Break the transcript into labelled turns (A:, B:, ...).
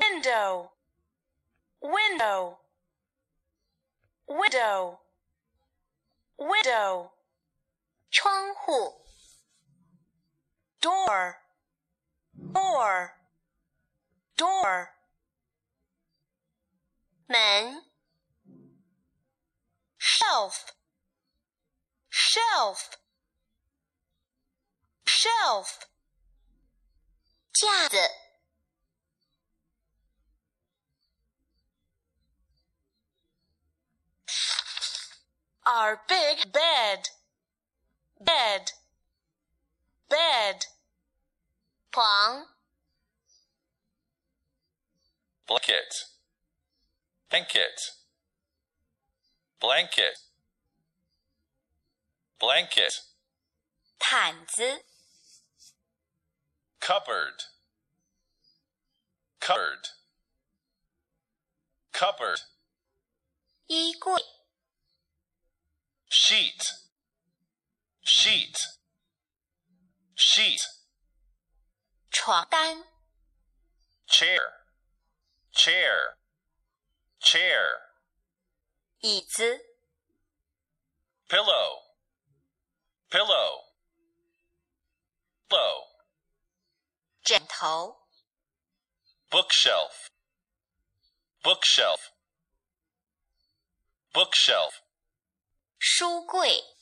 A: window window window window
B: 窗户
A: door door door
B: 门
A: shelf shelf shelf
B: 架子
A: our big bed bed bed
B: 床
C: blanket, blanket, blanket, blanket,
B: 毯子
C: cupboard, cupboard, cupboard,
B: 衣柜
C: sheet, sheet, sheet,
B: 床单
C: chair, chair, chair,
B: 椅子
C: pillow, pillow, pillow,
B: 枕头
C: bookshelf, bookshelf, bookshelf.
B: 书柜